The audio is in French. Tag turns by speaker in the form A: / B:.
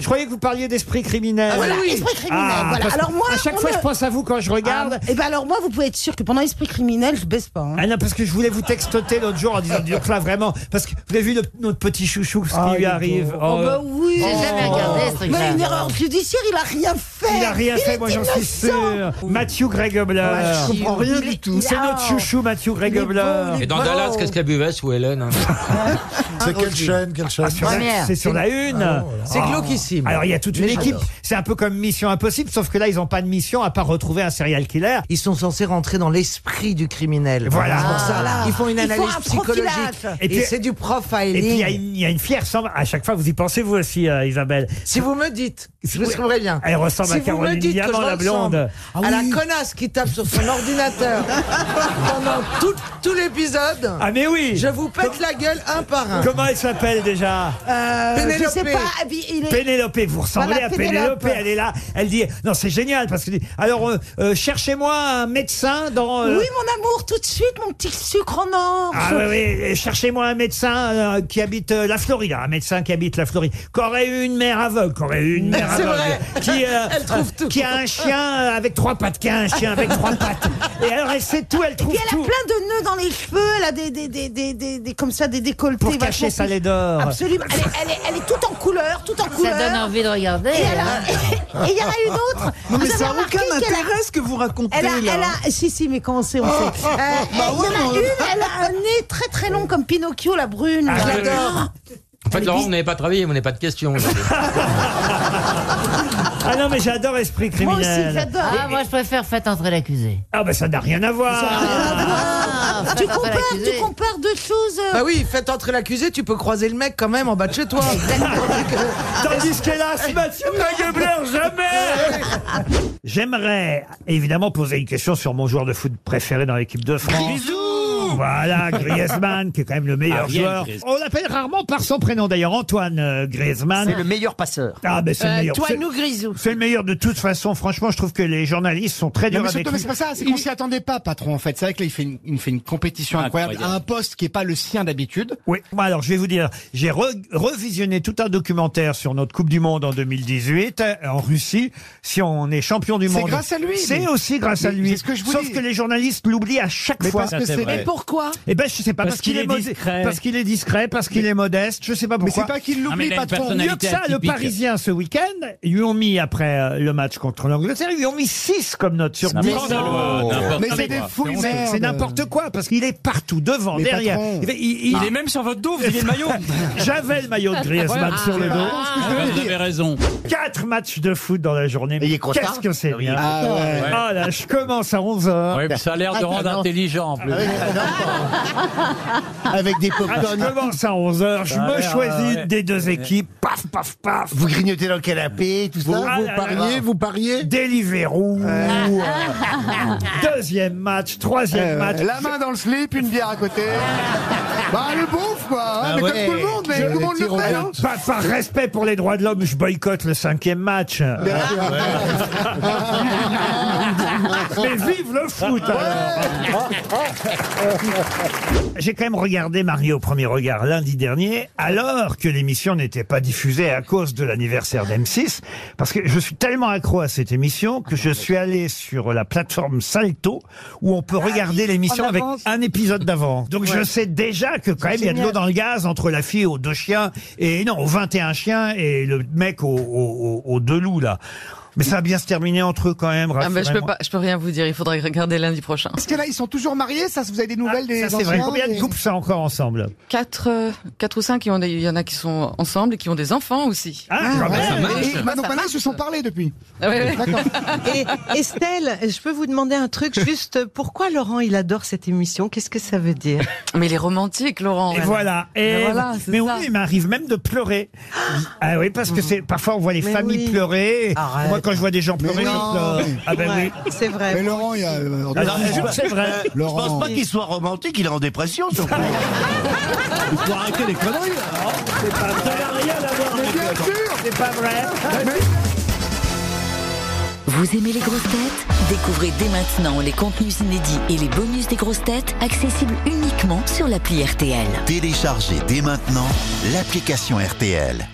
A: Je croyais que vous parliez d'esprit criminel.
B: Ah, voilà, esprit criminel, voilà.
A: parce que
B: Alors moi,
A: à chaque
B: on
A: fois,
B: me-
A: je pense à vous quand je regarde.
B: et ben alors moi, vous pouvez être sûr que pendant esprit criminel, je baisse pas. hein.
A: Ah non, parce que je voulais vous textoter l'autre jour en disant, dis donc là, vraiment, parce que vous avez vu le- notre petit chouchou, ce qui lui arrive.
B: Oh,
A: Oh,
B: bah oui.
C: J'ai jamais regardé ce truc-là.
B: Mais une erreur judiciaire, il a rien fait.
A: Il n'a rien fait,
B: bah est
A: moi j'en suis
B: innocent. Oh. Ah,
A: sûr. Mathieu Gregobler.
B: je comprends rien du tout.
A: C'est notre chouchou, Mathieu
B: Il
A: Gregobler.
B: est
D: Et dans
B: Bravo.
D: Dallas, qu'est-ce qu'elle buvait sous Hélène hein
E: C'est quelle chaîne, quelle chaîne
A: Sur la-
C: Première.
A: C'est sur la une.
B: Ah, oh
F: C'est glauquissime.
A: Alors il y a toute une équipe. C'est un peu comme Mission Impossible, sauf que là ils n'ont pas de mission à part retrouver un serial killer.
F: Ils sont censés rentrer dans l'esprit du criminel.
A: Voilà. Ah.
F: C'est pour ça.
B: Voilà.
F: Ils font une
B: Ils font
F: analyse
B: un
F: psychologique.
B: profilage.
A: Et
F: Et,
A: puis-
F: c'est du
A: Et puis il y, a
F: profiling.
A: une- il y a une fière semble. À chaque fois vous y pensez vous aussi, euh, Isabelle.
F: Si vous me dites, je
A: Oui.
F: le trouverai bien.
A: Elle ressemble
F: si
A: à
F: vous me
A: Caroline
F: dites que
A: Diamant,
F: je
A: la blonde. Ah
F: ressemble à la connasse qui tape sur son ordinateur pendant tout, tout l'épisode,
A: Ah mais oui.
F: je vous pète la gueule un par un.
A: Comment elle s'appelle déjà
B: Euh, je
F: Pénélope.
B: sais pas. Il est...
A: Pénélope, vous ressemblez
B: Voilà,
A: à Pénélope.
B: Pénélope.
A: elle est là, elle dit, non c'est génial, parce que alors euh, euh, cherchez-moi un médecin dans... euh,
B: Oui, mon amour, tout de suite, mon petit sucre en or.
A: Ah oui, oui, et cherchez-moi un médecin euh, qui habite euh, la Floride, un médecin qui habite la Floride, qui aurait eu une mère aveugle, qui aurait eu une mère
F: C'est
A: aveugle,
F: vrai.
A: qui, euh,
F: Elle trouve tout.
A: qui a un chien euh, avec trois pattes, qui a un chien avec trois pattes. Et alors elle sait tout, elle trouve
B: Puis elle
A: tout
B: a plein de nœuds dans les cheveux, elle a des, des, des, des, des, des- comme ça, des décolletés.
A: pour
B: vachement
A: cacher sa
B: plus-
A: laideur. d'or.
B: Absolument. Elle est, elle, est, elle est toute en couleur, toute en
C: Ça
B: couleur.
C: donne envie de regarder.
G: Eh
B: Et
C: hein.
B: alors- et il y en a une autre.
H: Non, mais
B: Vous avez
H: ça n'a
B: remarqué
H: aucun
B: qu'elle a-
H: intérêt ce que vous racontez
B: Elle a,
H: là.
B: elle a, si, si, mais quand on sait, on sait.
G: Bah
B: Euh, il y en a une, elle a un nez très très long comme Pinocchio, la brune.
A: Ah,
B: là.
A: je l'adore.
D: En fait, Laurent, vous n'avez pas travaillé, vous n'avez pas de questions.
A: Ah non mais j'adore esprit
B: Moi aussi,
A: criminel.
B: j'adore.
C: Ah, moi je préfère faites entrer l'accusé.
A: ah ben ça n'a rien à voir.
C: Ah,
B: Tu
C: Faites entrer
B: compares,
C: l'accusé.
B: tu compares deux choses. euh,
F: Bah oui, faites entrer l'accusé, tu peux croiser le mec quand même en bas de chez toi.
A: Tandis qu'hélas, Mathieu Maguebler, jamais J'aimerais évidemment poser une question sur mon joueur de foot préféré dans l'équipe de France. Voilà, Griezmann, qui est quand même le
I: Ah,
A: meilleur
J: Ariel
A: joueur.
J: Griezmann.
A: On l'appelle rarement par son prénom d'ailleurs, Antoine euh, Griezmann.
I: C'est le meilleur passeur.
A: Ah, ben
K: Euh,
A: c'est le meilleur.
H: toi,
A: C'est-
H: nous grisous.
A: C'est le meilleur de toute façon. Franchement, je trouve que les journalistes sont très
K: Non,
A: durs
K: mais
A: avec
K: surtout, mais c'est
A: lui.
K: pas ça, c'est qu'on s'y attendait pas, patron, en fait. C'est vrai que là, il fait une, il fait une compétition incroyable,
J: Incroyable.
K: à un poste qui est pas le sien d'habitude.
A: Oui. Bon, alors, je vais vous dire, j'ai re- revisionné tout un documentaire sur notre Coupe du Monde en 2018 euh, en Russie. Si on est champion du
K: C'est
A: monde,
K: grâce à lui,
A: C'est
K: mais-
A: aussi grâce à
K: mais
A: lui.
K: c'est ce que je vous
A: Sauf
K: dis.
A: que les journalistes l'oublient à chaque
K: Mais
A: fois.
K: parce
J: ça,
K: que
J: c'est
K: c'est,
J: vrai.
H: Et pourquoi
A: Eh ben, je sais pas
J: Parce
A: parce qu'il
J: qu'il
A: est
J: est
A: modeste-
J: discret.
A: parce qu'il est discret, parce qu'il est modeste. Je sais pas
K: mais
A: pourquoi.
K: c'est pas qu'il
J: Ah, mais
K: l'oublie,
J: il a une
K: patron.
J: personnalité.
A: Mieux que ça, le
J: atypique.
A: Parisien ce week-end, ils lui ont mis, après euh, le match contre l'Angleterre, ils lui ont mis 6 comme note sur 10.
K: Oh,
J: Scandaleux, n'importe
K: Mais c'est
J: euh, quoi.
K: des fouilles,
A: C'est-
K: merde.
A: C'est n'importe quoi, parce qu'il est partout, devant,
K: Mais
A: derrière.
K: patron.
A: Il, il- il-
J: Il est même sur votre dos, vous avez le maillot.
A: J'avais le maillot de Griezmann sur le dos.
J: Ah, bah, vous avez raison.
A: 4 matchs de foot dans la journée.
I: Et il est content.
A: Qu'est-ce que c'est bien. Ah,
K: Ah ouais.
A: là, je commence à 11h.
J: Ouais, puis ça a l'air de rendre intelligent en plus.
I: Avec des pop
A: Ah, je commence à 11h, je
J: Ça a
A: me
J: l'air,
A: choisis
J: ouais.
A: des deux équipes. Paf, paf, paf.
I: Vous grignotez dans le canapé, tout ça.
A: Ah là là.
E: vous pariez
A: Deliveroo. Deuxième match, troisième
K: Euh,
A: match.
K: La main dans le slip, une bière à côté. bah, le bouffe, quoi. hein, mais
I: ouais.
K: comme tout le monde, mais tout le monde le fait. hein.
A: Par, par Bah, respect pour les droits de l'homme, je boycotte le cinquième match. Mais vive le foot alors. J'ai quand même regardé Mario au premier regard lundi dernier, alors que l'émission n'était pas diffusée à cause de l'anniversaire d'M6, parce que je suis tellement accro à cette émission que je suis allé sur la plateforme Salto, où on peut regarder l'émission
F: en
A: avec
F: avance.
A: un épisode d'avant. Donc je sais déjà que quand même il y a de l'eau dans le gaz entre la fille aux deux chiens, et non, aux 21 chiens, et le mec aux, aux- aux- aux deux loups là. Mais ça va bien se terminer entre eux quand même.
L: Ah bah, je peux
A: rassurez-moi.
L: pas, je peux rien vous dire. Il faudra regarder lundi prochain.
K: Parce que là, ils sont toujours mariés, ça, vous avez des
A: Ah,
K: nouvelles des
A: ça c'est vrai.
K: anciens,
A: Combien de
K: des-
A: couples ça encore ensemble
L: Quatre, euh, quatre ou cinq, il y en a, il y en a qui sont ensemble et qui ont des enfants aussi.
A: Ah, quand même.
K: Ah, et Manon Palin, ils se sont parlé depuis.
L: Ouais, ouais.
G: Et Estelle, je peux vous demander un truc juste pourquoi Laurent il adore cette émission Qu'est-ce que ça veut dire
L: Mais il est romantique, Laurent.
A: Et voilà. Et
L: Mais voilà, c'est
A: mais
L: ça.
A: oui, il m'arrive même de pleurer. Ah oui, parce que c'est parfois on voit les
G: Mais
A: familles
G: oui.
A: pleurer.
G: Arrête.
A: Moi, quand je vois des gens pleurer,
K: non.
A: je pleure. Ah ben oui.
G: Ouais, C'est vrai.
K: Mais Laurent, il y a. euh,
A: Ah non,
K: Laurent,
A: je jure que c'est vrai.
K: Laurent.
I: Je pense pas qu'il soit romantique, il est en dépression. surtout.
E: Faut arrêter les conneries, là.
A: Ça n'a rien à voir avec
K: Bien
A: eux.
K: sûr
A: C'est pas vrai.
B: Vous aimez les grosses têtes Découvrez dès maintenant les contenus inédits et les bonus des grosses têtes accessibles uniquement sur l'appli RTL.
I: Téléchargez dès maintenant l'application RTL.